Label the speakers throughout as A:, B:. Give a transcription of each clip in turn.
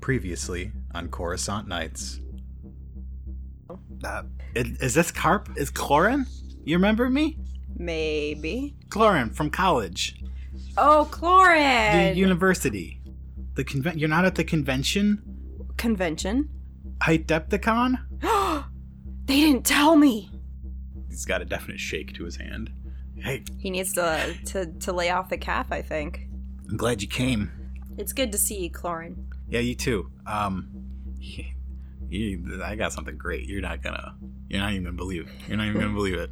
A: Previously on Coruscant Nights.
B: Uh, is, is this Carp? Is Clorin? You remember me?
C: Maybe.
B: Clorin from college,
C: Oh,
B: the
C: Clorin!
B: university, the conven- You're not at the convention,
C: Convention.
B: Hypdepticon.
C: they didn't tell me.
A: He's got a definite shake to his hand.
B: Hey,
C: He needs to, to to lay off the calf, I think.
B: I'm glad you came.
C: It's good to see you, Clorin.
B: Yeah, you too. Um, you, I got something great. You're not gonna. You're not even gonna believe. It. You're not even gonna believe it.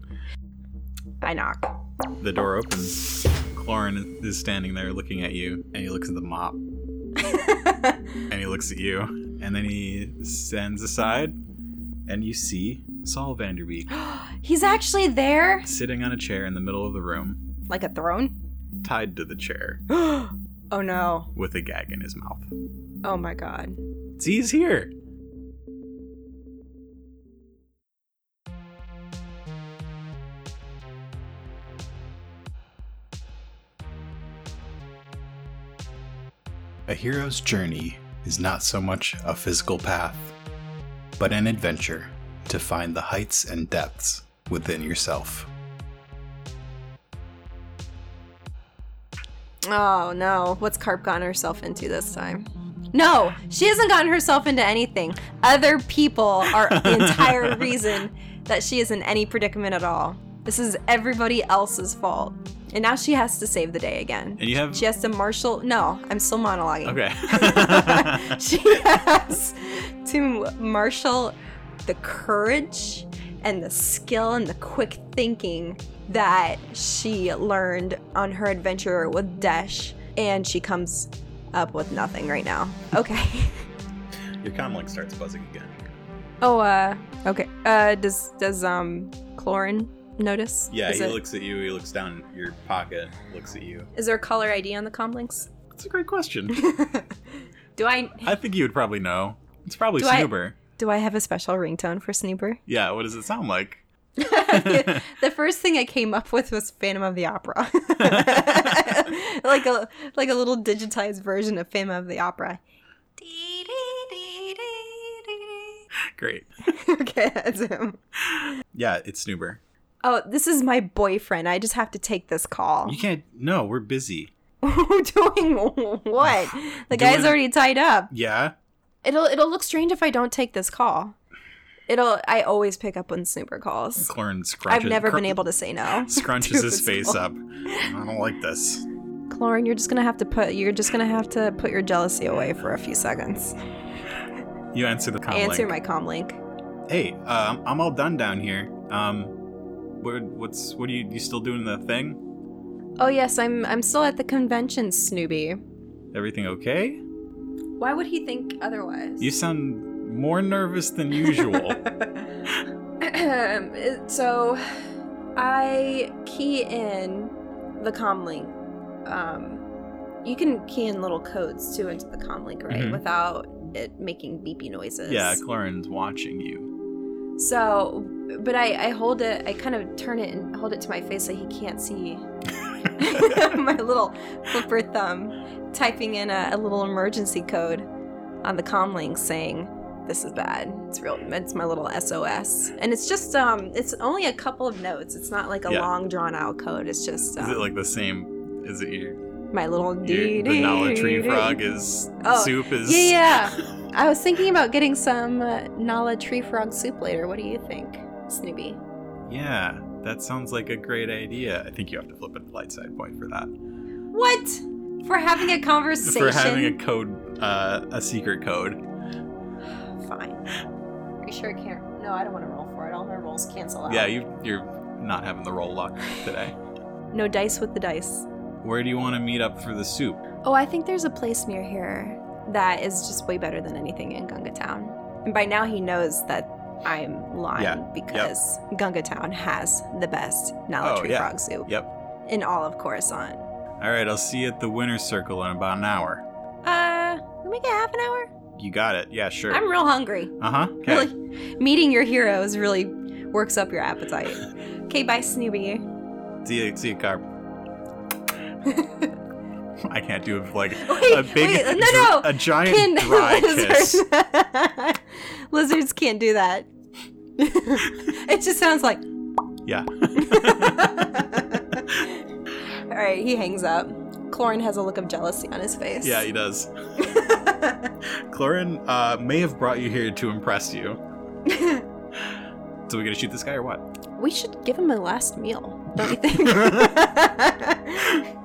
C: I knock.
A: The door opens. Clorin is standing there looking at you, and he looks at the mop, and he looks at you, and then he stands aside, and you see Saul Vanderbeek
C: He's actually there?
A: sitting on a chair in the middle of the room,
C: Like a throne?
A: tied to the chair,
C: oh no.
A: with a gag in his mouth.
C: Oh my god.
A: See, he's here. A hero's journey is not so much a physical path, but an adventure to find the heights and depths within yourself.
C: Oh no. What's Carp gotten herself into this time? No, she hasn't gotten herself into anything. Other people are the entire reason that she is in any predicament at all. This is everybody else's fault. And now she has to save the day again.
A: And you have
C: She has to marshal. No, I'm still monologuing.
A: okay.
C: she has to marshal the courage and the skill and the quick thinking that she learned on her adventure with Desh, and she comes up with nothing right now. Okay.
A: Your comlink starts buzzing again.
C: Oh, uh, okay. Uh, does does um Clorin notice?
A: Yeah,
C: is,
A: he
C: it-
A: looks at you. He looks down at your pocket. Looks at you.
C: is there color ID on the comlinks?
A: That's a great question.
C: Do I
A: I think you would probably know. It's probably
C: Do I-
A: Snoober.
C: do I have a special ringtone for Snooper?
A: Yeah, what does it sound like?
C: the first thing I came up with was Phantom of the Opera, like a like a little digitized version of Phantom of the Opera.
A: Great.
C: okay, that's him.
A: Yeah, it's Snoober.
C: Oh, this is my boyfriend. I just have to take this call.
A: You can't. No, we're busy.
C: Doing what? The guy's
A: Doing-
C: already tied up.
A: Yeah.
C: It'll it'll look strange if I don't take this call. It'll. I always pick up when Snooper calls.
A: Clorin scrunches.
C: I've never
A: cr-
C: been able to say no.
A: Scrunches
C: to
A: his
C: a
A: face
C: call.
A: up. I don't like this.
C: Clorin, you're just gonna have to put you're just gonna have to put your jealousy away for a few seconds.
A: You answer the comm
C: Answer
A: link.
C: my comm link.
A: Hey, um, I'm all done down here. Um, what, what's what are you you still doing the thing?
C: Oh yes, I'm I'm still at the convention, Snooby.
A: Everything okay?
C: Why would he think otherwise?
A: You sound more nervous than usual.
C: so I key in the comm link. Um, you can key in little codes too into the comm link, right?
A: Mhm.
C: Without it making beepy noises.
A: yeah, Clorin's watching you.
C: So, but I, I hold it, I kind of turn it and hold it to my face so he can't see my little flipper thumb typing in a, a little emergency code on the comlink saying, this is bad. It's real. It's my little SOS, and it's just um. It's only a couple of notes. It's not like a
A: Yeah.
C: long drawn out code. It's just
A: Is
C: um,
A: it like the same? Is it your
C: my little
A: Your, the knowledge tree frog is
C: Oh,
A: soup is
C: Yeah, yeah. I was thinking about getting some uh, Nala tree frog soup later. What do you think, Snoopy?
A: Yeah, that sounds like a great idea. I think you have to flip a light side point for that.
C: What? For having a conversation.
A: For having a code, uh, a secret code.
C: Fine. Are you sure I can't? No, I don't want to roll for it. All my rolls cancel out.
A: Yeah, you, you're not having the roll luck today.
C: No dice with the dice.
A: Where do you want to meet up for the soup?
C: Oh, I think there's a place near here that is just way better than anything in Gunga Town. And by now he knows that I'm lying
A: Yeah,
C: because Gunga Town has the best Nala
A: Oh,
C: Tree
A: yeah,
C: Frog Soup
A: Yep.
C: in all of Coruscant.
A: All right, I'll see you at the winner's circle in about an hour.
C: Uh, can we get half an hour?
A: You got it. Yeah, sure.
C: I'm real hungry.
A: Uh huh.
C: Really, meeting your heroes really works up your appetite. okay, bye, Snoopy.
A: See you, see you, Carp. I can't do it like
C: Wait,
A: a big,
C: wait, no, no.
A: a giant dry kiss.
C: lizards. lizards can't do that. it just sounds like.
A: Yeah.
C: All right, he hangs up. Clorin has a look of jealousy on his face.
A: Yeah, he does. Clorin uh, may have brought you here to impress you. So we gonna shoot this guy or what?
C: we should give him a last meal, don't you think?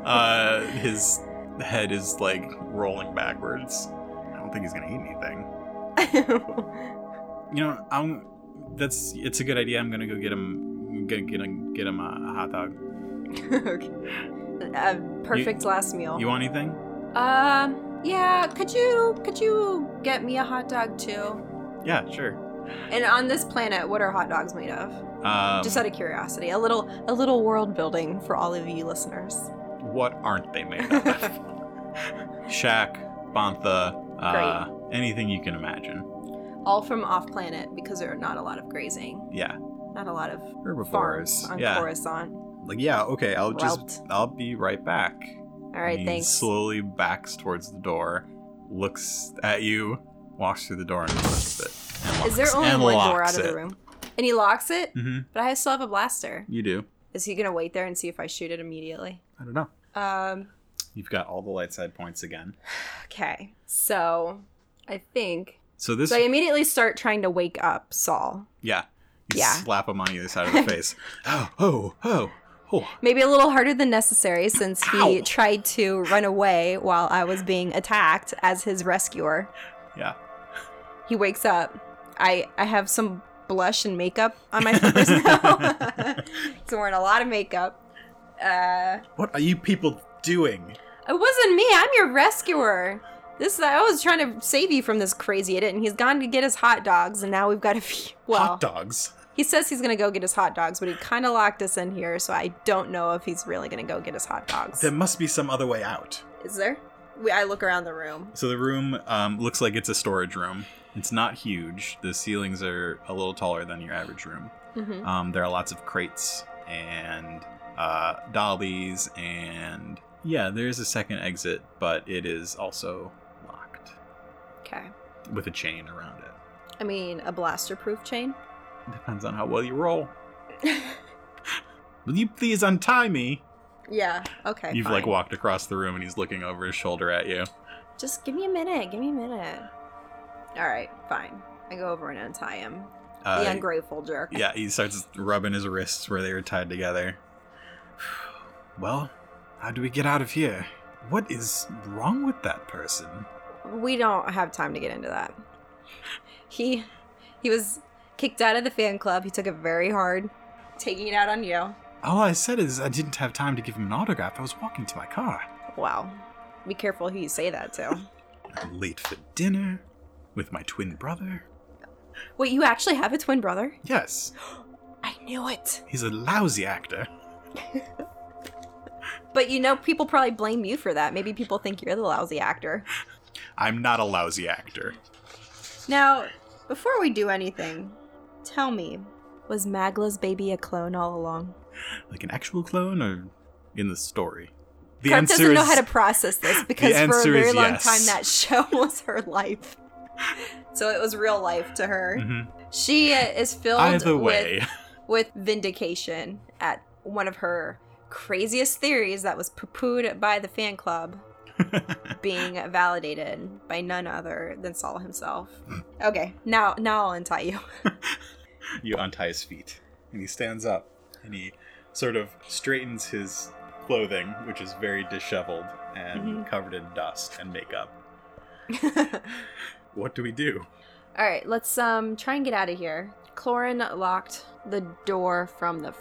A: Uh, his head is like rolling backwards. I don't think he's gonna eat anything. You know, I'm. That's it's a good idea. I'm gonna go get him. Gonna get him. Get him a, a hot dog.
C: okay. Uh, perfect last meal.
A: You want anything?
C: um, yeah. Could you could you get me a hot dog too?
A: Yeah, sure.
C: And on this planet, what are hot dogs made of?
A: Um,
C: Just out of curiosity, a little a little world building for all of you listeners.
A: what aren't they made out of? Shaq, Bantha, uh, anything you can imagine.
C: all from off planet because there are not a lot of grazing,
A: Yeah,
C: not a lot of farms
A: herbivores.
C: on
A: Yeah,
C: Coruscant.
A: like yeah. Okay, I'll just.
C: Whelped.
A: I'll be right back.
C: All right,
A: he
C: thanks.
A: Slowly backs towards the door, looks at you, walks through the door, and locks it. And locks,
C: Is there only
A: and
C: one door out
A: locks
C: of the
A: it.
C: room? And he locks it,
A: Mhm,
C: but I still have a blaster.
A: You do.
C: Is he gonna wait there and see if I shoot it immediately?
A: I don't know.
C: Um,
A: You've got all the light side points again.
C: okay, so I think
A: So this,
C: so. I immediately start trying to wake up Saul.
A: yeah, you
C: Yeah.
A: slap him on either side of the face. Oh, oh, oh, oh.
C: Maybe a little harder than necessary since
A: Ow.
C: he tried to run away while I was being attacked as his rescuer.
A: Yeah.
C: He wakes up. I I have some blush and makeup on my fingers now. so wearing a lot of makeup. Uh,
A: What are you people doing?
C: it wasn't me. I'm your rescuer. This I was trying to save you from this crazy idiot, and he's gone to get his hot dogs, and now we've got a few. Well,
A: Hot dogs.
C: he says he's gonna go get his hot dogs, but he kind of locked us in here, so I don't know if he's really gonna go get his hot dogs.
A: There must be some other way out.
C: Is there? We, I look around the room.
A: So the room um, looks like it's a storage room. It's not huge. The ceilings are a little taller than your average room.
C: Mm-hmm.
A: Um, there are lots of crates and uh, dollies, and yeah, there's a second exit, but it is also locked
C: Okay.
A: with a chain around it.
C: I mean, a blaster-proof chain.
A: Depends on how well you roll. Will you please untie me?
C: yeah. Okay.
A: You've like
C: fine.
A: walked across the room, and he's looking over his shoulder at you.
C: Just give me a minute. Give me a minute. All right, fine. I go over and untie him.
A: Uh,
C: the ungrateful jerk.
A: yeah, he starts rubbing his wrists where they were tied together. Well, how do we get out of here? What is wrong with that person?
C: We don't have time to get into that. He he was kicked out of the fan club. He took it very hard, taking it out on you.
A: All I said is I didn't have time to give him an autograph. I was walking to my car.
C: Wow. Be careful who you say that to.
A: I'm late for dinner with my twin brother.
C: Wait, you actually have a twin brother?
A: Yes,
C: I knew it.
A: he's a lousy actor.
C: But you know, people probably blame you for that. Maybe people think you're the lousy actor.
A: I'm not a lousy actor.
C: Now, before we do anything, tell me, was Magla's baby a clone all along?
A: Like an actual clone or in the story? The
C: Kurt
A: answer
C: doesn't
A: is
C: know how to process this because for a
A: answer
C: very
A: is
C: long
A: yes.
C: time that show was her life. so it was real life to her.
A: Mhm.
C: She is filled
A: either
C: with-
A: way.
C: With, vindication at one of her craziest theories that was poo-pooed by the fan club being validated by none other than Saul himself. Okay, now now I'll untie you.
A: you untie his feet and he stands up and he sort of straightens his clothing which is very disheveled and
C: Mhm.
A: covered in dust and makeup what do we do
C: All right, let's um try and get out of here. Clorin locked the door from the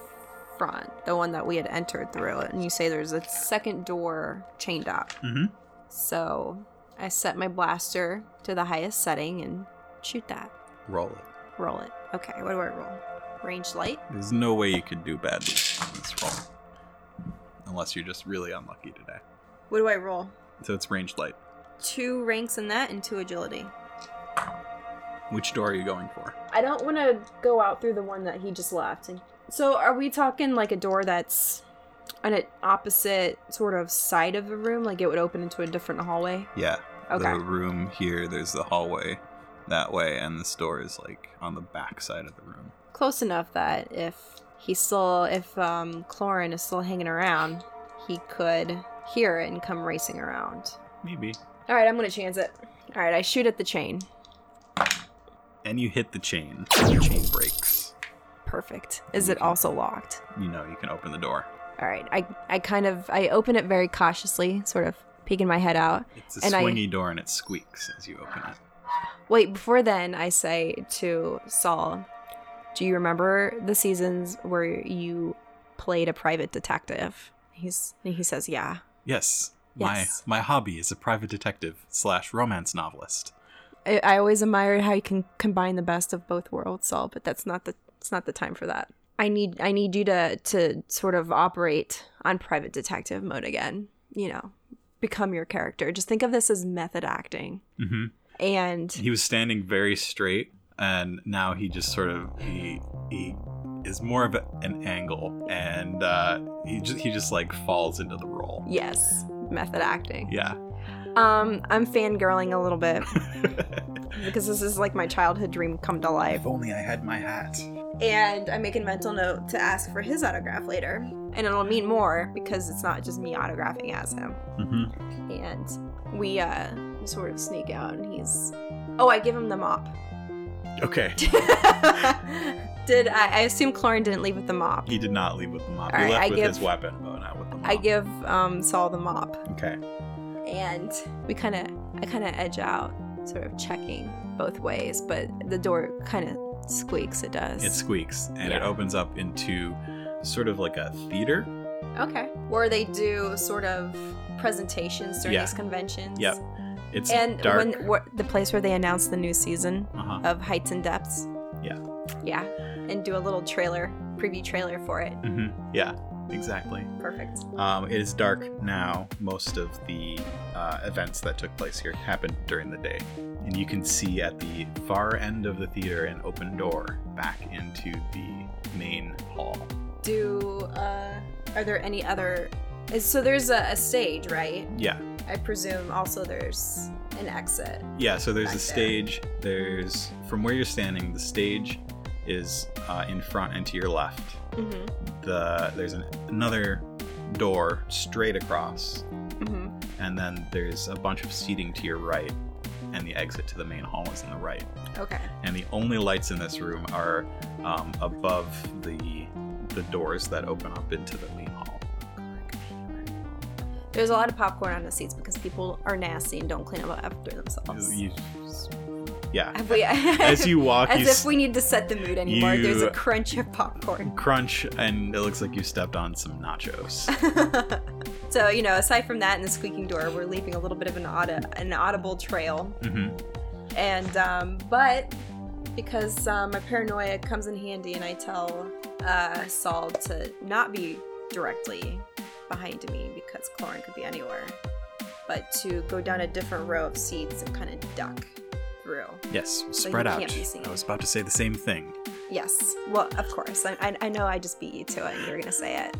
C: front, the one that we had entered through it, and you say there's a second door chained up.
A: Mhm.
C: So I set my blaster to the highest setting and shoot that.
A: roll it
C: Roll it. Okay, what do I roll? Range light.
A: there's no way you could do badly on this roll unless you're just really unlucky today
C: What do I roll?
A: so it's ranged light
C: Two ranks in that and two agility.
A: which door are you going for
C: I don't want to go out through the one that he just left. So are we talking like a door that's on an opposite sort of side of the room? Like it would open into a different hallway?
A: Yeah.
C: Okay.
A: The room here, there's the hallway that way, and this door is like on the back side of the room.
C: Close enough that if he's still, if um, Clorin is still hanging around, he could hear it and come racing around.
A: Maybe.
C: All right, I'm going to chance it. All right, I shoot at the chain.
A: And you hit the chain. The chain breaks.
C: Perfect. Is it also locked?
A: You know you can open the door.
C: All right. I, I kind of I open it very cautiously, sort of peeking my head out.
A: It's a
C: And I-
A: swingy door and it squeaks as you open it.
C: Wait, before then, I say to Saul, "Do you remember the seasons where you played a private detective?" He's and he says, "Yeah."
A: Yes.
C: Yes.
A: My my hobby is a private detective slash romance novelist.
C: I, I always admired how you can combine the best of both worlds, Saul, but that's not the it's not the time for that. I need I need you to to sort of operate on private detective mode again. You know, become your character. Just think of this as method acting.
A: Mm-hmm.
C: And
A: He was standing very straight, and now he just sort of he he is more of a- an angle, and uh, he just he just like falls into the role.
C: Yes, method acting.
A: Yeah.
C: Um, I'm fangirling a little bit because this is like my childhood dream come to life.
A: only I had my hat.
C: And I'm making mental note to ask for his autograph later. And it'll mean more because it's not just me autographing as him.
A: hmm
C: And we uh sort of sneak out and he's Oh, I give him the mop.
A: Okay.
C: Did I, I assume Clorin didn't leave with the mop.
A: He did not leave with the mop.
C: All
A: he
C: right,
A: left
C: I
A: with
C: give-
A: his weapon, but not with the mop.
C: I give um Saul the mop.
A: Okay.
C: and we kind of i kind of edge out sort of checking both ways but the door kind of squeaks it does
A: It squeaks and it
C: Yeah.
A: opens up into sort of like a theater.
C: okay where they do sort of presentations during
A: Yeah.
C: these conventions
A: Yep. It's
C: and
A: dark.
C: when what the place where they announce the new season
A: uh-huh.
C: of heights and depths
A: Yeah.
C: yeah and do a little trailer preview trailer for it
A: hmm Yeah, exactly.
C: perfect
A: Um, it is dark now. Most of the uh, events that took place here happened during the day. And you can see at the far end of the theater an open door back into the main hall.
C: do uh are there any other is- so there's a, a stage right
A: Yeah.
C: i presume also there's an exit
A: Yeah, so there's
C: Back
A: a
C: there.
A: stage. There's, from where you're standing, the stage is uh, in front and to your left.
C: mm-hmm
A: The There's an, another door straight across.
C: mm-hmm
A: And then there's a bunch of seating to your right. And the exit to the main hall is on the right.
C: Okay.
A: and the only lights in this room are um, above the the doors that open up into the main hall.
C: There's a lot of popcorn on the seats because people are nasty and don't clean up after themselves.
A: You- Um, yeah.
C: Have we,
A: As you walk,
C: as
A: you
C: if we need to set the mood anymore. There's
A: you-
C: a crunch of popcorn.
A: s- crunch, and it looks like you stepped on some nachos.
C: so you know, aside from that and the squeaking door, we're leaving a little bit of an, audi- an audible trail.
A: hmm
C: And um, but because um, my paranoia comes in handy, and I tell uh, Saul to not be directly behind me because Clorin could be anywhere, but to go down a different row of seats and kind of duck through.
A: Yes,
C: So
A: spread
C: you
A: out.
C: can't be seen.
A: I was about to say the same thing.
C: Yes, well, of course. I, I, I know I just beat you to it. and You're gonna say it.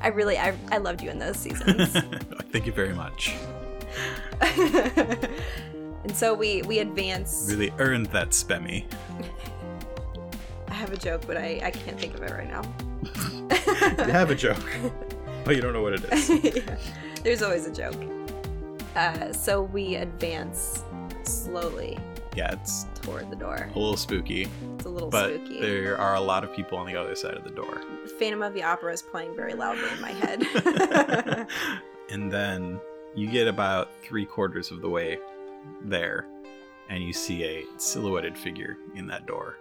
C: I really, I, I loved you in those seasons.
A: Thank you very much.
C: and so we we advance.
A: Really earned that spemmy.
C: I have a joke, but I, I can't think of it right now.
A: You have a joke, but you don't know what it is.
C: There's always a joke. Uh, so we advance slowly
A: Yeah, it's
C: toward the door.
A: a little spooky,
C: It's a little
A: but
C: spooky.
A: there are a lot of people on the other side of the door.
C: Phantom of the Opera is playing very loudly in my head.
A: and then you get about three quarters of the way there, and you see a silhouetted figure in that door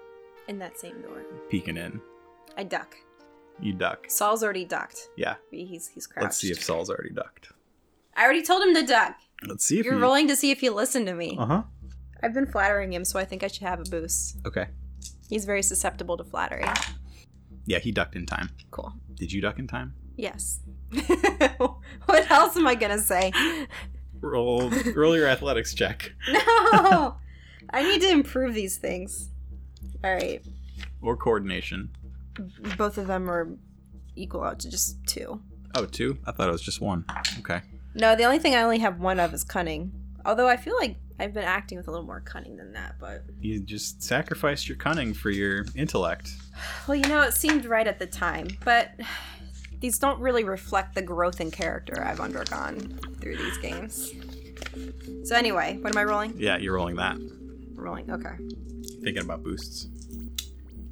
C: in that same door,
A: peeking in.
C: I duck.
A: You duck.
C: Saul's already ducked.
A: Yeah.
C: He's he's crouched.
A: Let's see if Saul's already ducked.
C: I already told him to duck.
A: Let's see if
C: You're
A: he...
C: rolling to see if you listen to me.
A: Uh huh.
C: I've been flattering him, so I think I should have a boost.
A: Okay.
C: He's very susceptible to flattery.
A: Yeah, he ducked in time.
C: Cool.
A: Did you duck in time?
C: Yes. what else am I gonna say?
A: Roll, roll your athletics check,
C: No, I need to improve these things. All right,
A: or coordination.
C: both of them are equal out to just two.
A: Oh, two? I thought it was just one. Okay.
C: No, the only thing I only have one of is cunning. Although I feel like I've been acting with a little more cunning than that, but
A: You just sacrificed your cunning for your intellect.
C: well, you know, it seemed right at the time. But these don't really reflect the growth in character I've undergone through these games. So anyway, what am I rolling?
A: Yeah, you're rolling that.
C: Rolling. Okay.
A: Thinking about boosts.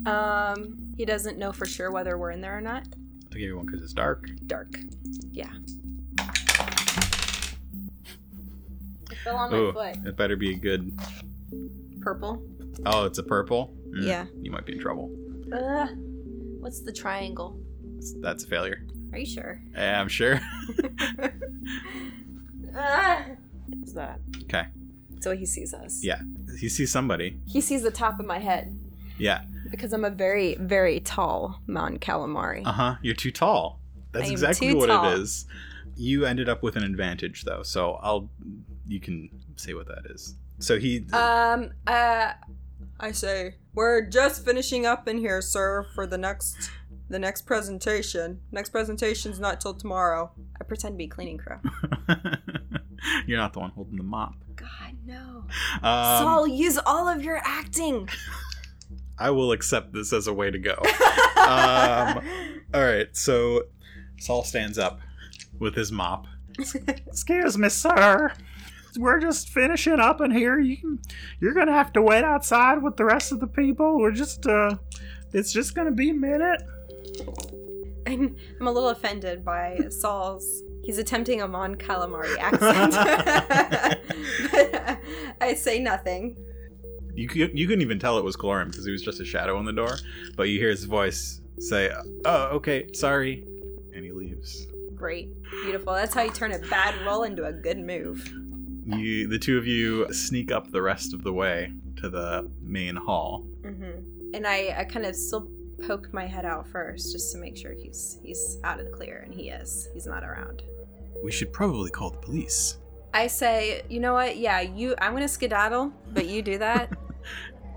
C: Um, he doesn't know for sure whether we're in there or not.
A: I'll give you one because it's dark.
C: Dark. Yeah. It fell on
A: Ooh, it better be a good.
C: Purple.
A: Oh, it's a purple? Mm,
C: Yeah.
A: You might be in trouble.
C: Ugh. What's the triangle?
A: It's- That's a failure.
C: Are you sure?
A: Yeah, I'm sure.
C: What's that?
A: Okay.
C: So he sees us.
A: Yeah. You see somebody.
C: He sees the top of my head
A: Yeah.
C: because I'm a very, very tall Mon Calamari.
A: Uh huh. You're too tall. That's
C: I am
A: exactly
C: too
A: what
C: tall.
A: it is. You ended up with an advantage, though, so I'll. You can say what that is. So he.
C: Um, uh, I say we're just finishing up in here, sir, for the next, the next presentation. Next presentation's not till tomorrow. I pretend to be cleaning crew.
A: you're not the one holding the mop.
C: God no.
A: Um,
C: Saul, use all of your acting.
A: I will accept this as a way to go. um, all right, so Saul stands up with his mop. Excuse me, sir. We're just finishing up in here. You can, you're gonna have to wait outside with the rest of the people. We're just, uh, it's just gonna be a minute.
C: I'm, I'm a little offended by Saul's. He's attempting a Mon Calamari accent. But I say nothing.
A: You cou- you couldn't even tell it was Glorim because he was just a shadow on the door. But you hear his voice say, "Oh, okay, sorry," and he leaves.
C: Great. Beautiful. That's how you turn a bad roll into a good move.
A: You, the two of you, sneak up the rest of the way to the main hall. Mm-hmm.
C: hmm And I, I kind of still poke my head out first just to make sure he's he's out of the clear, and he is. He's not around.
A: We should probably call the police.
C: I say, you know what? Yeah, you. I'm gonna skedaddle, but you do that.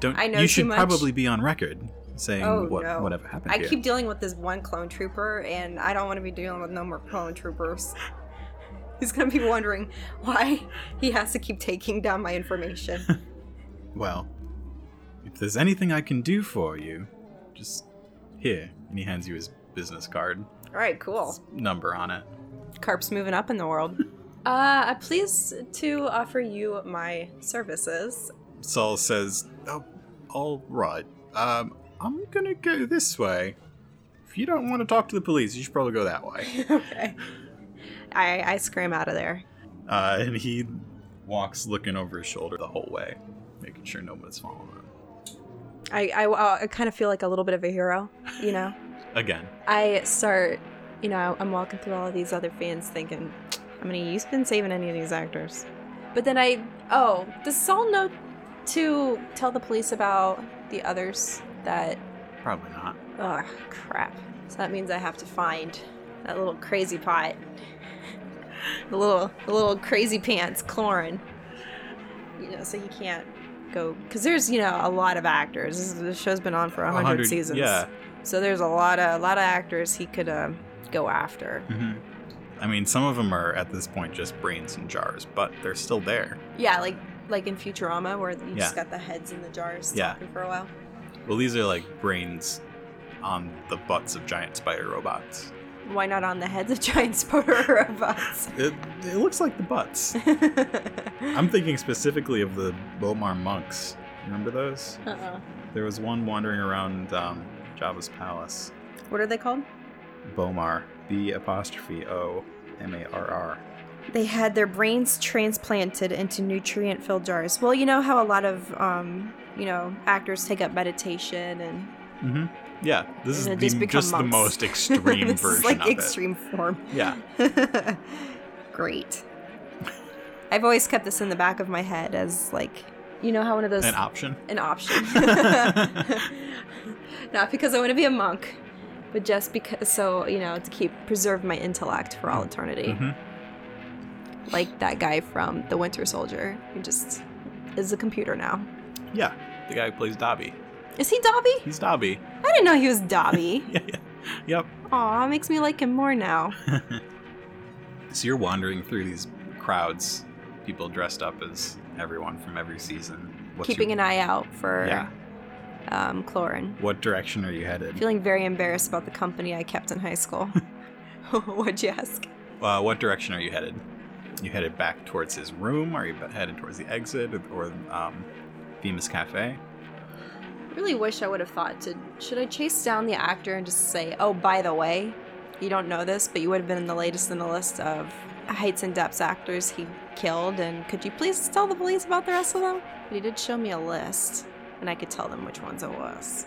A: Don't
C: I know
A: you
C: too
A: should
C: much.
A: probably be on record saying
C: Oh,
A: what
C: no.
A: whatever happened
C: I
A: here.
C: keep dealing with this one clone trooper, and I don't want to be dealing with no more clone troopers. He's gonna be wondering why he has to keep taking down my information.
A: Well, if there's anything I can do for you, just here. And he hands you his business card,
C: All right, cool.
A: number on it.
C: Carp's moving up in the world. Uh, I'm pleased to offer you my services.
A: Saul says, "Oh, all right. Um, I'm gonna go this way. If you don't want to talk to the police, you should probably go that way."
C: okay. I I scream out of there.
A: Uh, and he walks looking over his shoulder the whole way, making sure no one's following him.
C: I I, uh, I kind of feel like a little bit of a hero, you know.
A: Again,
C: I start, you know, I'm walking through all of these other fans thinking, how many you've been saving any of these actors? But then I, oh, does Saul know to tell the police about the others that,
A: probably not.
C: oh, crap. So that means I have to find that little crazy pot. The little, the little crazy pants, Clorin. You know, so he can't go, because there's, you know, a lot of actors. This, this show's been on for a 100
A: 100
C: seasons.
A: Yeah.
C: So there's a lot of a lot of actors he could uh, go after.
A: mhm. I mean, some of them are at this point just brains in jars, but they're still there.
C: Yeah, like like in Futurama where you
A: just
C: just got the heads in the jars
A: Yeah.
C: talking for a while.
A: Well, these are like brains on the butts of giant spider robots.
C: Why not on the heads of giant spider robots?
A: It, it looks like the butts. I'm
C: I'm
A: thinking specifically of the Bomar monks. Remember those?
C: uh-uh.
A: There was one wandering around um, Java's palace.
C: What are they called?
A: Bomar. B apostrophe O M A R R.
C: They had their brains transplanted into nutrient-filled jars. Well, you know how a lot of um, you know actors take up meditation and
A: Mm-hmm. Yeah, this is
C: And
A: the,
C: just
A: just,
C: become
A: the
C: monks.
A: most extreme
C: this
A: version
C: is like
A: of
C: extreme form.
A: it. Yeah.
C: Great. I've always kept this in the back of my head as like, you know how one of those
A: An option.
C: an option. Not because I want to be a monk, but just because so, you know, to keep preserve my intellect for all eternity.
A: Mhm.
C: Like that guy from The Winter Soldier who just is a computer now.
A: Yeah. The guy who plays Dobby.
C: Is he Dobby?
A: He's Dobby.
C: I didn't know he was Dobby.
A: Yep.
C: Aw, makes me like him more now.
A: So you're wandering through these crowds, people dressed up as everyone from every season. What's
C: Keeping
A: your,
C: an eye out for
A: Yeah.
C: um, Clorin.
A: What direction are you headed?
C: Feeling very embarrassed about the company I kept in high school. What'd you ask?
A: Uh, what direction are you headed? You headed back towards his room? Are you be- headed towards the exit or um, Bemis Cafe?
C: Really wish I would have thought to should I chase down the actor and just say, "Oh, by the way, you don't know this, but you would have been in the latest in the list of heights and depths actors he killed, and could you please tell the police about the rest of them?" But he did show me a list, and I could tell them which ones it was.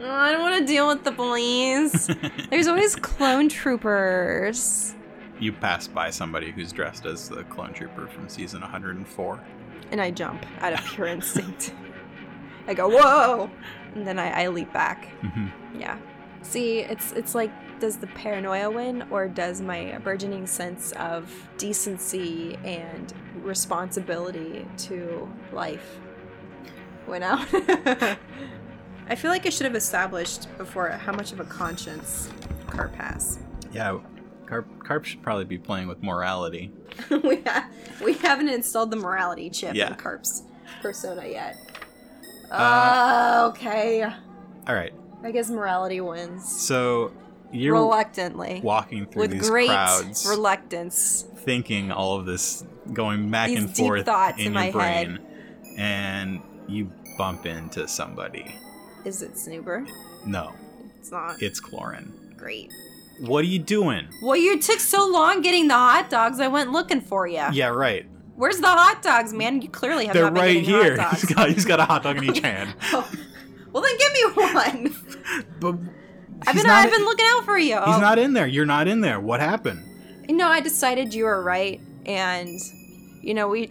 C: Oh, I don't want to deal with the police. There's always clone troopers.
A: you pass by somebody who's dressed as the clone trooper from season 104.
C: and I jump out of pure instinct. I go, whoa! And then I, I leap back. Yeah. See, it's it's like, does the paranoia win, or does my burgeoning sense of decency and responsibility to life win out? I feel like I should have established before how much of a conscience Carp has.
A: Yeah, Carp, Carp should probably be playing with morality.
C: we, ha- we haven't installed the morality chip
A: Yeah.
C: in Carp's persona yet.
A: Uh,
C: Uh, okay.
A: All right,
C: I guess morality wins.
A: so you're
C: Reluctantly.
A: walking through
C: With
A: these
C: great
A: crowds,
C: reluctance.
A: thinking all of this, going back
C: These
A: and
C: deep
A: forth
C: thoughts
A: in,
C: in
A: your
C: my head.
A: brain, and you bump into somebody.
C: Is it Snoober?
A: No,
C: It's not
A: it's Clorin.
C: great.
A: What are you doing?
C: Well, you took so long getting the hot dogs, I went looking for you.
A: Yeah, right.
C: Where's the hot dogs, man? You clearly have
A: They're
C: not been
A: right
C: getting
A: here.
C: hot
A: He's
C: dogs.
A: got, he's got a hot dog in each hand.
C: Oh. Well, then give me one.
A: But
C: I've
A: he's
C: been,
A: not-
C: I've been looking out for you.
A: He's not in there. You're not in there. What happened?
C: No, I decided you were right, and you know we.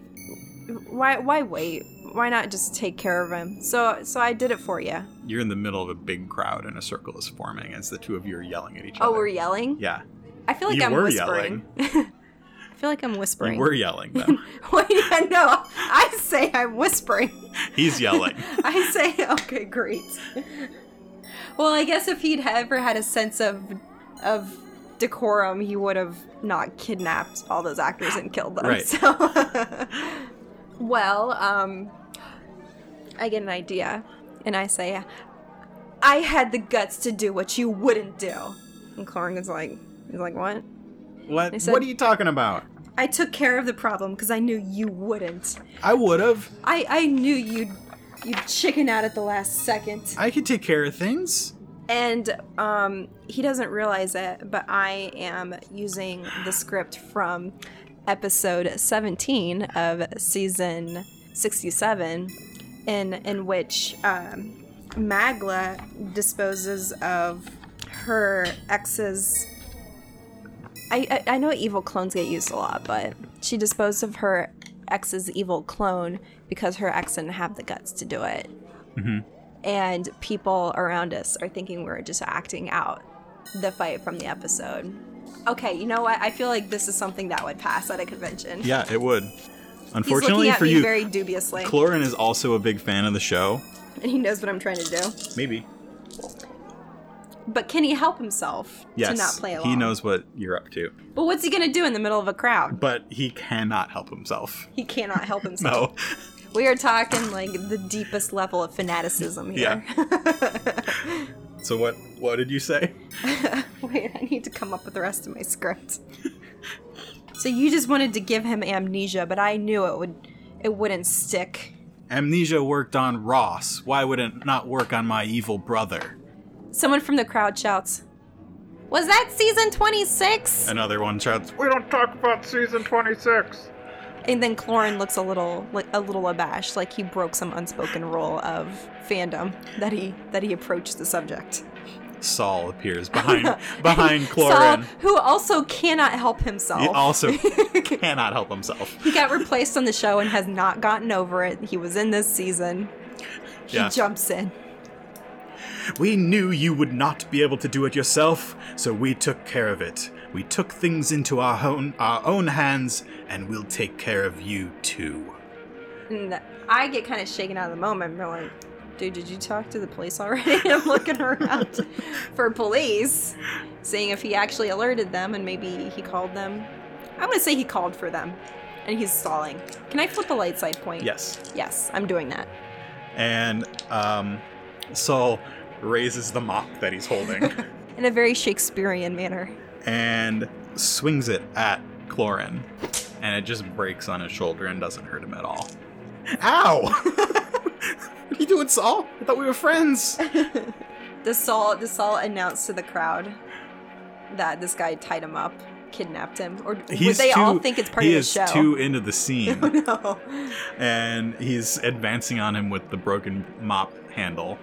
C: Why why wait? Why not just take care of him? So so I did it for you.
A: You're in the middle of a big crowd, and a circle is forming as the two of you are yelling at each
C: Oh,
A: other.
C: we're yelling.
A: yeah,
C: I feel like
A: You
C: I'm
A: were
C: whispering. I feel like I'm whispering.
A: we were yelling though.
C: Well, yeah, no, I say I'm whispering.
A: he's yelling.
C: I say okay, great. well, I guess if he'd ever had a sense of of decorum, he would have not kidnapped all those actors and killed them.
A: Right.
C: So, well, um, I get an idea, and I say, I had the guts to do what you wouldn't do. And Clorin's like, he's like, what?
A: What?
C: They said-
A: what are you talking about?
C: I took care of the problem because I knew you wouldn't.
A: I would have.
C: I I knew you'd you'd chicken out at the last second.
A: I could take care of things.
C: And um he doesn't realize it, but I am using the script from episode 17 of season 67 in in which um Magla disposes of her ex's I, I I know evil clones get used a lot, but she disposed of her ex's evil clone because her ex didn't have the guts to do it.
A: Mm-hmm.
C: And people around us are thinking we're just acting out the fight from the episode. Okay, you know what? I feel like this is something that would pass at a convention.
A: Yeah, it would.
C: He's looking
A: Unfortunately
C: at
A: for
C: me
A: you,
C: very dubiously,
A: Clorin is also a big fan of the show.
C: and he knows what I'm trying to do.
A: Maybe.
C: But can he help himself
A: Yes.
C: to not play along?
A: he knows what you're up to,
C: But what's he gonna do in the middle of a crowd?
A: but he cannot help himself.
C: He cannot help himself.
A: No.
C: We are talking like the deepest level of fanaticism here.
A: So what? What did you say?
C: Wait, I need to come up with the rest of my script. so you just wanted to give him amnesia, but I knew it would it wouldn't stick.
A: Amnesia worked on Ross. Why would it not work on my evil brother?
C: Someone from the crowd shouts, "Was that season 26?"
A: Another one shouts,
B: We don't talk about season 26.
C: And then Clorin looks a little like a little abashed, like he broke some unspoken rule of fandom that he that he approached the subject.
A: Saul appears behind behind
C: Saul,
A: Clorin.
C: who also cannot help himself.
A: He also cannot help himself.
C: He got replaced on the show and has not gotten over it. He was in this season. He
A: Yeah.
C: jumps in.
A: We knew you would not be able to do it yourself, so we took care of it. We took things into our own our own hands, and we'll take care of you too.
C: And I get kind of shaken out of the moment. I'm like, dude, did you talk to the police already? I'm looking around for police. seeing if he actually alerted them and maybe he called them. I'm gonna say he called for them, and he's stalling. Can I flip a light side point?
A: Yes.
C: Yes, I'm doing that.
A: And um, Saul raises the mop that he's holding
C: In a very Shakespearean manner.
A: and swings it at Clorin. And it just breaks on his shoulder and doesn't hurt him at all. Ow! what are you doing, Saul? I thought we were friends.
C: The Saul, the Saul announced to the crowd that this guy tied him up, kidnapped him, or would
A: He's
C: they all
A: too-
C: think it's part
A: he
C: of the
A: is
C: show?
A: too into the scene.
C: Oh, no.
A: and he's advancing on him with the broken mop handle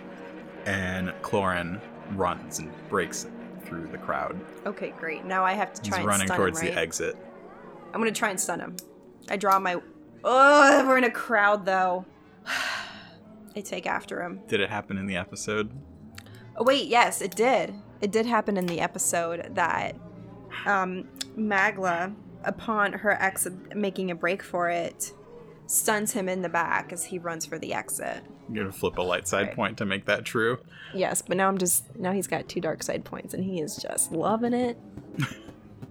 A: and Clorin runs and breaks through the crowd.
C: Okay, great. Now I have to
A: He's
C: try and
A: running
C: stun
A: towards
C: him, right?
A: the exit.
C: I'm gonna try and stun him. I draw my. Oh, we're in a crowd though. I take after him.
A: Did it happen in the episode?
C: Oh wait, yes, it did. It did happen in the episode that um, Magla, upon her ex making a break for it, stuns him in the back as he runs for the exit.
A: I'm gonna flip a light side
C: Right.
A: point to make that true.
C: Yes, but now I'm just now he's got two dark side points and he is just loving it.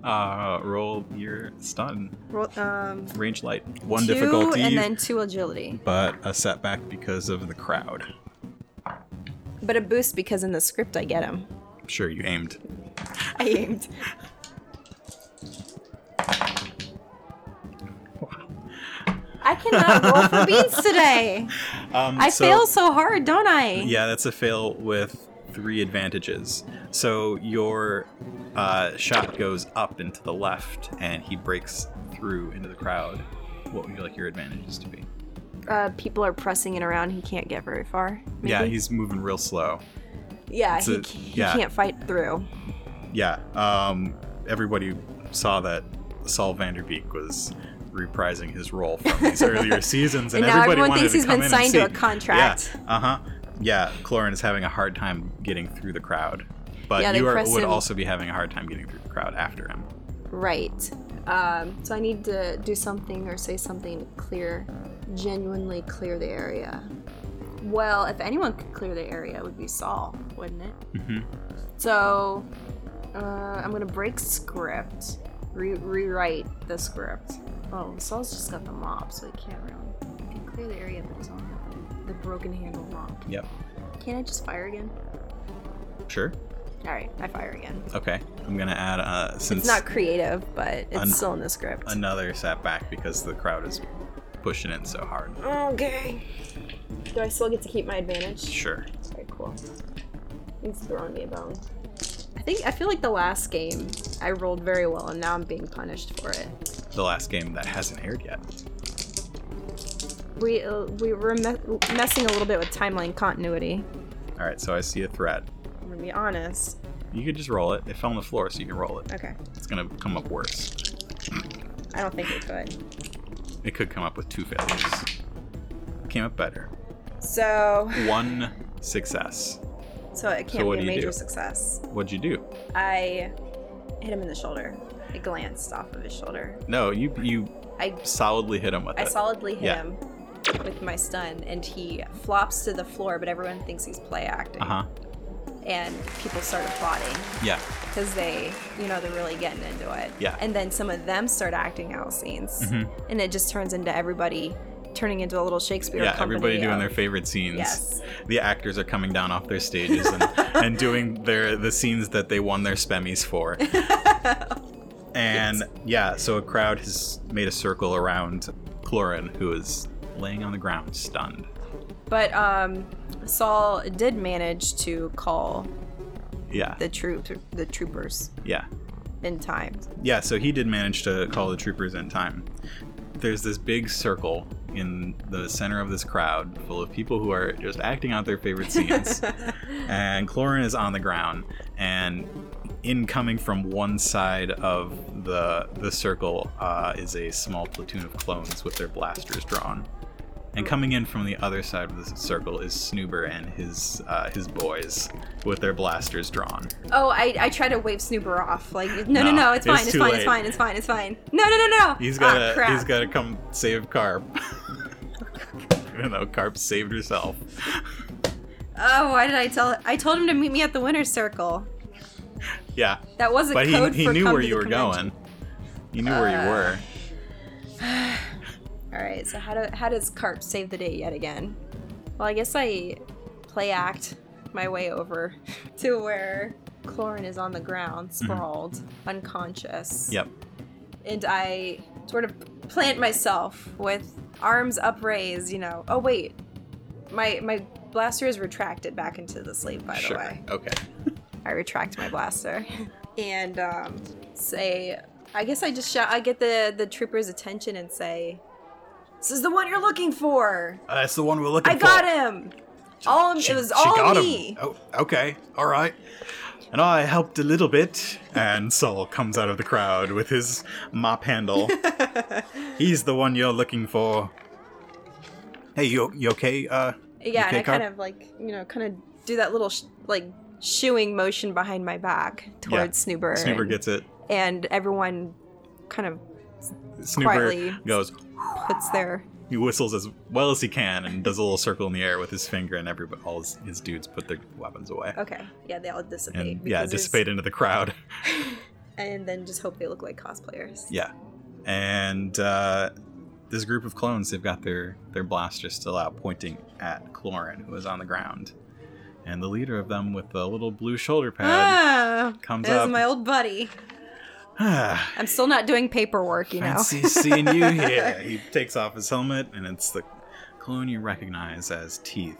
A: Uh, roll your stun
C: Roll, um,
A: range light. One
C: two
A: difficulty,
C: and then two agility,
A: but a setback because of the crowd.
C: but a boost because in the script I get him.
A: Sure, you aimed.
C: I aimed. I cannot roll for beans today.
A: Um,
C: I
A: so-
C: fail so hard, don't I?
A: Yeah, that's a fail with three advantages. So your uh, shot goes up and to the left, and he breaks through into the crowd. What would you like your advantages to be?
C: Uh, people are pressing it around. He can't get very far. maybe?
A: Yeah, he's moving real slow.
C: yeah,
A: it's
C: he,
A: a-
C: c-
A: yeah.
C: he can't fight through.
A: Yeah, um, everybody saw that Saul Vanderbeek was reprising his role from these earlier seasons, and,
C: And now
A: everybody
C: everyone
A: wanted
C: thinks
A: to
C: he's
A: come
C: been
A: in and
C: signed
A: see-
C: to a contract.
A: Yeah, uh huh. Yeah, Clorin is having a hard time getting through the crowd, but
C: Yeah, they
A: you are,
C: press
A: would
C: him.
A: also be having a hard time getting through the crowd after him.
C: Right. Um, so I need to do something or say something to clear, genuinely clear the area. Well, if anyone could clear the area, it would be Saul, wouldn't it?
A: Mhm.
C: So uh, I'm gonna break script, re- rewrite the script. Oh, Saul's just got the mop, so he can't really. He can clear the area, but it's on the broken handle mop.
A: Yep.
C: Can't I just fire again?
A: Sure.
C: All right, I fire again.
A: Okay. I'm gonna add uh since
C: It's not creative, but it's
A: An-
C: still in the script.
A: another setback because the crowd is pushing in so hard.
C: Okay. Do I still get to keep my advantage?
A: Sure.
C: Okay, cool. He's throwing me a bone. I think I feel like the last game I rolled very well, and now I'm being punished for it.
A: The last game that hasn't aired yet.
C: We uh, we were me- messing a little bit with timeline continuity.
A: All right. So I see a threat.
C: I'm gonna be honest.
A: You could just roll it. It fell on the floor, so you can roll it.
C: Okay,
A: It's gonna come up worse.
C: I don't think we could.
A: It could come up with two failures. Came up better.
C: So
A: One success.
C: so it can't
A: what
C: be a
A: do you
C: major
A: do?
C: success.
A: What'd you do?
C: I hit him in the shoulder. I glanced off of his shoulder.
A: No, you you
C: I
A: solidly hit him with
C: I
A: it.
C: solidly hit
A: Yeah.
C: him with my stun, and he flops to the floor, but everyone thinks he's play acting.
A: uh huh.
C: And people start applauding
A: Yeah.
C: because they, you know, they're really getting into it.
A: Yeah.
C: And then some of them start acting out scenes,
A: Mhm.
C: and it just turns into everybody turning into a little Shakespeare.
A: Yeah.
C: company
A: Everybody doing
C: of-
A: their favorite scenes.
C: Yes.
A: the actors are coming down off their stages and, and doing their the scenes that they won their Spemmies for. and yeah, so a crowd has made a circle around Clorin, who is laying on the ground stunned.
C: But um, Saul did manage to call
A: Yeah,
C: the troop, the troopers,
A: yeah,
C: in time.
A: yeah. So he did manage to call the troopers in time. There's this big circle in the center of this crowd full of people who are just acting out their favorite scenes. and Clorin is on the ground, and incoming from one side of the the circle uh, is a small platoon of clones with their blasters drawn, and coming in from the other side of the circle is Snoober and his uh, his boys with their blasters drawn.
C: Oh, I, I try to wave Snooper off. Like, no, no, no,
A: No, it's
C: it's fine, it's,
A: too
C: fine, it's
A: late.
C: fine, it's fine, it's fine. No, no, no, no.
A: He's
C: Ah,
A: gotta
C: crap.
A: he's gotta come save Carp. Even though Carp saved herself.
C: Oh, why did I tell? I told him to meet me at the winner's circle.
A: Yeah,
C: That was a
A: but he,
C: code
A: he
C: for
A: knew
C: come
A: where
C: to
A: you
C: the
A: were
C: convention. Uh,
A: going. He knew where you were.
C: All right, so how, do, how does Carp save the day yet again? Well, I guess I play act my way over to where Clorin is on the ground, sprawled, unconscious.
A: Mm-hmm. Yep.
C: And I sort of plant myself with arms upraised, you know. Oh, wait. My, my blaster is retracted back into the sleeve, by
A: sure.
C: the way.
A: Okay.
C: I retract my blaster and um, say, I guess I just shout, I get the, the trooper's attention and say, This is the one you're looking for.
A: Uh, that's the one we're looking
C: I
A: for.
C: got him. All it was all me.
A: Oh, okay. All right. And I helped a little bit. And Saul comes out of the crowd with his mop handle. He's the one you're looking for. Hey, you, you okay? Uh,
C: Yeah, and
A: Okay,
C: I kind
A: Carp?
C: of like you know kind of do that little sh- like shooing motion behind my back towards Snoober.
A: Snooper
C: and,
A: gets it.
C: and everyone kind of
A: Snooper
C: Quietly.
A: goes,
C: puts their
A: he whistles as well as he can and does a little circle in the air with his finger, and everybody, all his, his dudes put their weapons away.
C: okay. Yeah, they all dissipate.
A: And yeah,
C: because there's-
A: dissipate into the crowd.
C: And then just hope they look like cosplayers.
A: Yeah, and uh, this group of clones, they've got their their blasters still out, pointing at Clorin, who is on the ground. And the leader of them, with the little blue shoulder pad,
C: Ah,
A: comes
C: there's
A: up.
C: my old buddy.
A: ah,
C: I'm still not doing paperwork, you know.
A: fancy seeing you here. He takes off his helmet, and it's the clone you recognize as Teeth.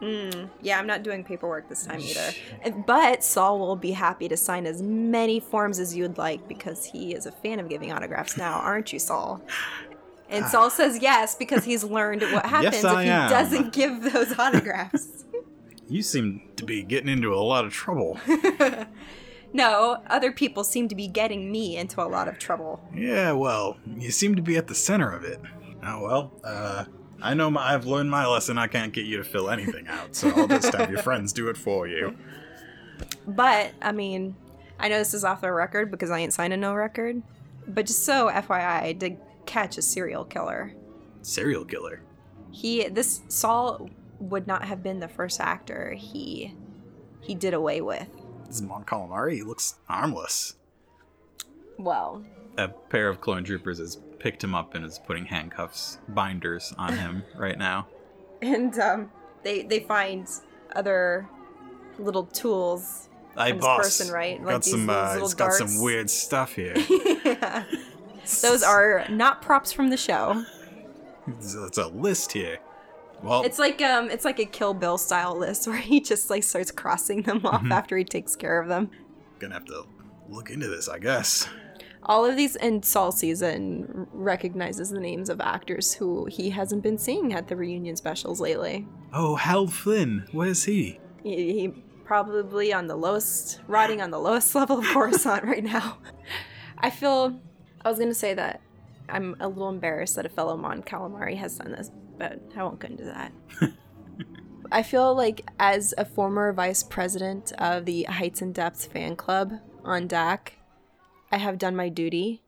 C: Mm, yeah, I'm not doing paperwork this time either. And- But Saul will be happy to sign as many forms as you'd like because he is a fan of giving autographs now, aren't you, Saul? And Saul says yes because he's learned what happens if
A: Ah. I
C: he
A: am.
C: doesn't give those autographs.
A: You seem to be getting into a lot of trouble.
C: no, other people seem to be getting me into a lot of trouble.
A: Yeah, well, you seem to be at the center of it. Oh well, uh, I know my, I've learned my lesson. I can't get you to fill anything out, so I'll just have your friends do it for you.
C: But, I mean, I know this is off the record because I ain't signing no record. But just so FYI, I did catch a serial killer.
A: Serial killer.
C: he this Saul would not have been the first actor he he did away with.
A: This is Mon Calamari. He looks harmless.
C: Well,
A: A pair of clone troopers has picked him up and is putting handcuffs, binders on him right now.
C: and um, they they find other little tools.
A: I
C: From this person, right?
A: Got
C: Like these
A: some. Uh,
C: little
A: it's got
C: darts.
A: some weird stuff here.
C: Those are not props from the show.
A: it's, it's a list here. Well,
C: It's like um, it's like a Kill Bill style list where he just like starts crossing them off after he takes care of them.
A: gonna have to look into this, I guess.
C: All of these, and Saul season recognizes the names of actors who he hasn't been seeing at the reunion specials lately.
A: Oh, Hal Flynn. Where's he?
C: He, he probably on the lowest, rotting on the lowest level of Coruscant right now. I feel. I was gonna say that I'm a little embarrassed that a fellow Mon Calamari has done this, but I won't go into that. I feel like as a former vice president of the Heights and Depths fan club on DAC, I have done my duty.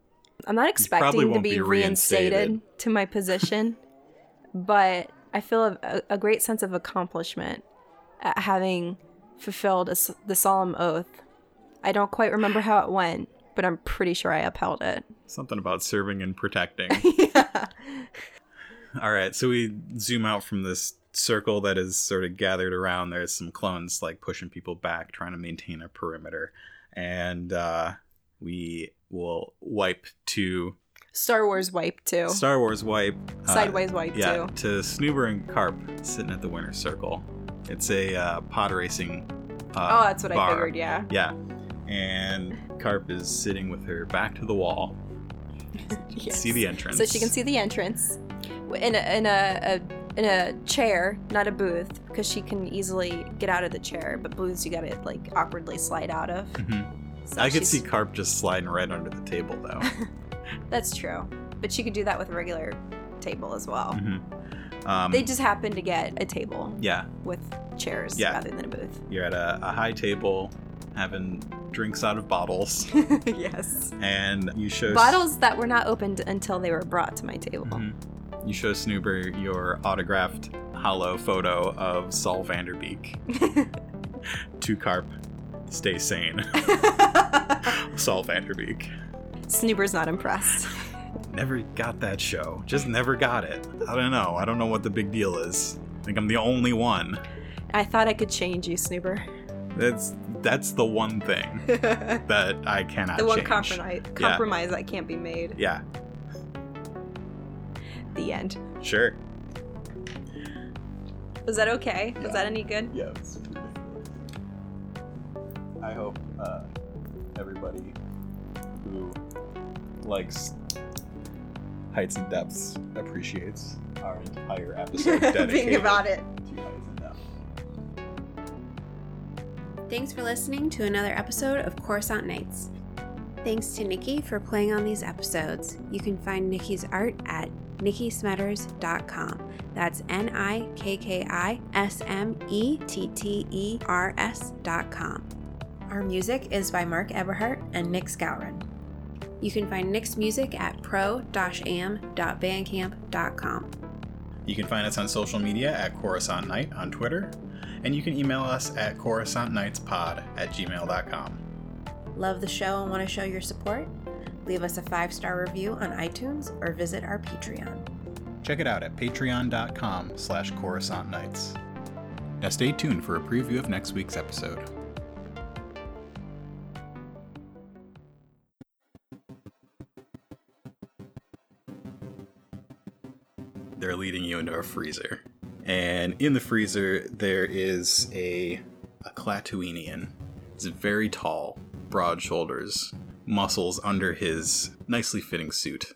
C: I'm not expecting to
A: won't
C: be,
A: be
C: reinstated,
A: reinstated.
C: to my position, but I feel a, a great sense of accomplishment at having fulfilled a s the solemn oath. I don't quite remember how it went, but I'm pretty sure I upheld it.
A: Something about serving and protecting.
C: yeah.
A: All right, so we zoom out from this circle that is sort of gathered around. There's some clones like pushing people back, trying to maintain a perimeter, and uh, we will wipe to
C: Star Wars wipe too.
A: Star Wars wipe uh,
C: Sideways wipe
A: Yeah,
C: too.
A: to Snoober and Carp sitting at the winner's circle. It's a uh, pod racing. Uh,
C: Oh, that's what
A: bar.
C: I figured. Yeah.
A: Yeah, and Carp is sitting with her back to the wall.
C: Yes.
A: See the entrance.
C: So she can see the entrance in a in a, a in a chair, not a booth, because she can easily get out of the chair. But booths, you gotta like awkwardly slide out of.
A: Mhm.
C: So
A: I could
C: Oh, she's-
A: see Carp just sliding right under the table though.
C: That's true, but she could do that with a regular table as well.
A: Mhm. Um,
C: They just happen to get a table
A: yeah,
C: with chairs
A: Yeah.
C: rather than a booth.
A: you're at a, a high table having drinks out of bottles,
C: yes.
A: and you show
C: Bottles that were not opened until they were brought to my table.
A: Mhm. You show Snoober your autographed hollow photo of Saul Vanderbeek to Carp. Stay sane. Saul Vanderbeek.
C: Snoober's not impressed.
A: Never got that show. Just never got it. I don't know. I don't know what the big deal is. I think I'm the only one.
C: I thought I could change you, Snoober.
A: That's that's the one thing
C: the
A: that I cannot
C: one
A: change.
C: compromise compromise that can't be made.
A: Yeah,
C: The end.
A: sure.
C: Was that okay? Was that any good?
B: Yeah. it's pretty big. I hope uh, everybody who likes heights and depths appreciates our entire episode
C: Being
B: dedicated
C: about it.
B: to heights and depths.
D: Thanks for listening to another episode of Coruscant Nights. Thanks to Nikki for playing on these episodes. You can find Nikki's art at nikkismetters.com. That's N I K K I S M E T T E R S.com. Our music is by Mark Eberhart and Nick Scourin. You can find Nick's music at pro-am.bandcamp.com.
A: You can find us on social media at Coruscant Night on Twitter, and you can email us at coruscantnightspod at gmail.com.
D: Love the show and want to show your support? Leave us a five star review on iTunes or visit our Patreon.
A: Check it out at patreon.com slash Coruscant Nights. Now stay tuned for a preview of next week's episode. They're leading you into a freezer. And in the freezer, there is a, a Clatuinian. He's very tall, broad shoulders, muscles under his nicely fitting suit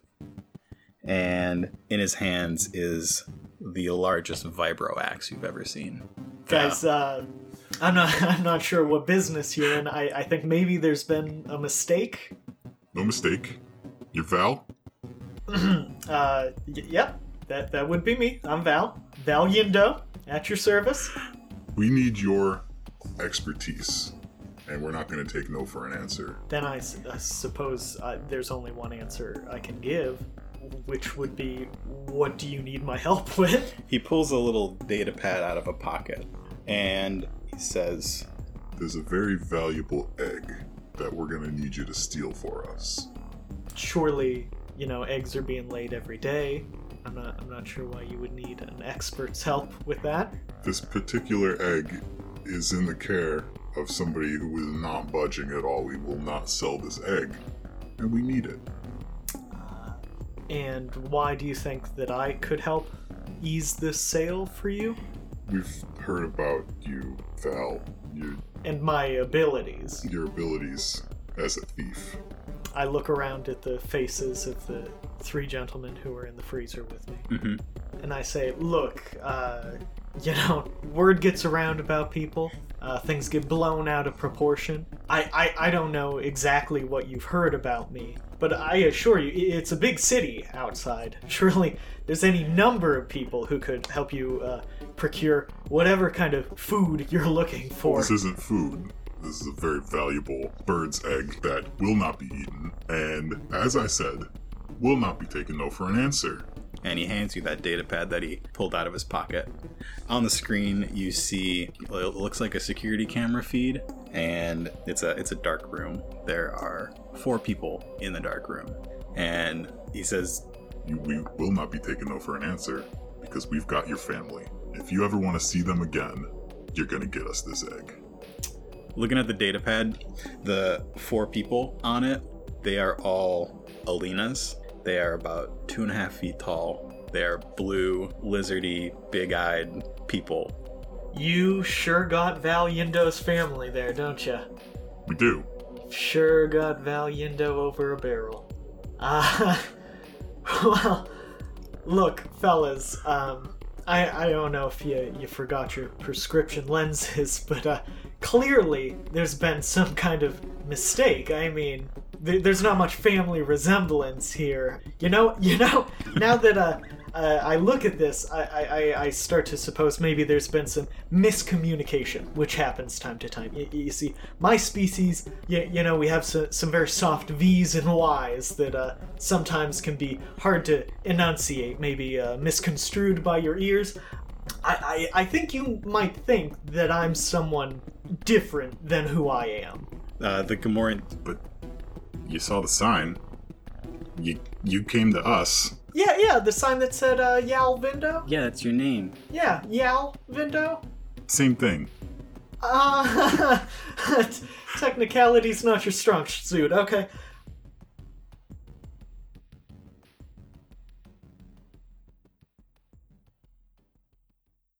A: and in his hands is the largest vibro axe you've ever seen.
E: Guys, uh, I'm not. I'm not sure what business you're in. I, I think maybe there's been a mistake.
F: No mistake. You're Val?
E: Uh, y- yep, that that would be me. I'm Val. Val Yindo, at your service.
F: We need your expertise, and we're not going to take no for an answer.
E: Then I, s- I suppose uh, there's only one answer I can give, which would be, what do you need my help with?
A: He pulls a little data pad out of a pocket and he says,
F: There's a very valuable egg that we're going to need you to steal for us.
E: Surely, you know, eggs are being laid every day. I'm not. I'm not sure why you would need an expert's help with that.
F: This particular egg is in the care of somebody who is not budging at all. We will not sell this egg, and we need it.
E: Uh, And why do you think that I could help ease this sale for you?
F: We've heard about you, Val, your,
E: And my abilities.
F: your abilities as a thief.
E: I look around at the faces of the three gentlemen who were in the freezer with me,
A: Mhm.
E: and I say, "Look, uh, you know, word gets around about people. Uh, things get blown out of proportion. I, I, I don't know exactly what you've heard about me, but I assure you, i- it's a big city outside. Surely, there's any number of people who could help you uh, procure whatever kind of food you're looking for."
F: This isn't food. This is a very valuable bird's egg that will not be eaten, and as I said, will not be taken no for an answer.
A: and he hands you that data pad that he pulled out of his pocket. On the screen, you see it looks like a security camera feed, and it's a it's a dark room. There are four people in the dark room, and he says,
F: You, we will not be taken no for an answer because we've got your family. If you ever want to see them again, you're gonna get us this egg.
A: Looking at the data pad, the four people on it, they are all Alinas. They are about two and a half feet tall. They are blue, lizardy, big eyed people.
E: You sure got Val Yindo's family there, don't you?
F: We do.
E: Sure got Val Yindo over a barrel. Uh, well, look, fellas, um, I, I don't know if you, you forgot your prescription lenses, but uh, clearly there's been some kind of mistake. I mean, there, there's not much family resemblance here. You know, you know. Now that uh, uh, I look at this, I, I, I- I start to suppose maybe there's been some miscommunication, which happens time to time. You, you see, my species, you, you know, we have so, some very soft V's and Y's that uh, sometimes can be hard to enunciate, maybe uh, misconstrued by your ears. I, I, I think you might think that I'm someone different than who I am.
A: Uh, the Gamorrean.
F: But you saw the sign. You you came to us.
E: Yeah, yeah, the sign that said uh, Yal Vindo?
B: Yeah, that's your name.
E: Yeah, Yal Vindo?
F: Same thing.
E: Uh, technicality's not your strong suit. Okay.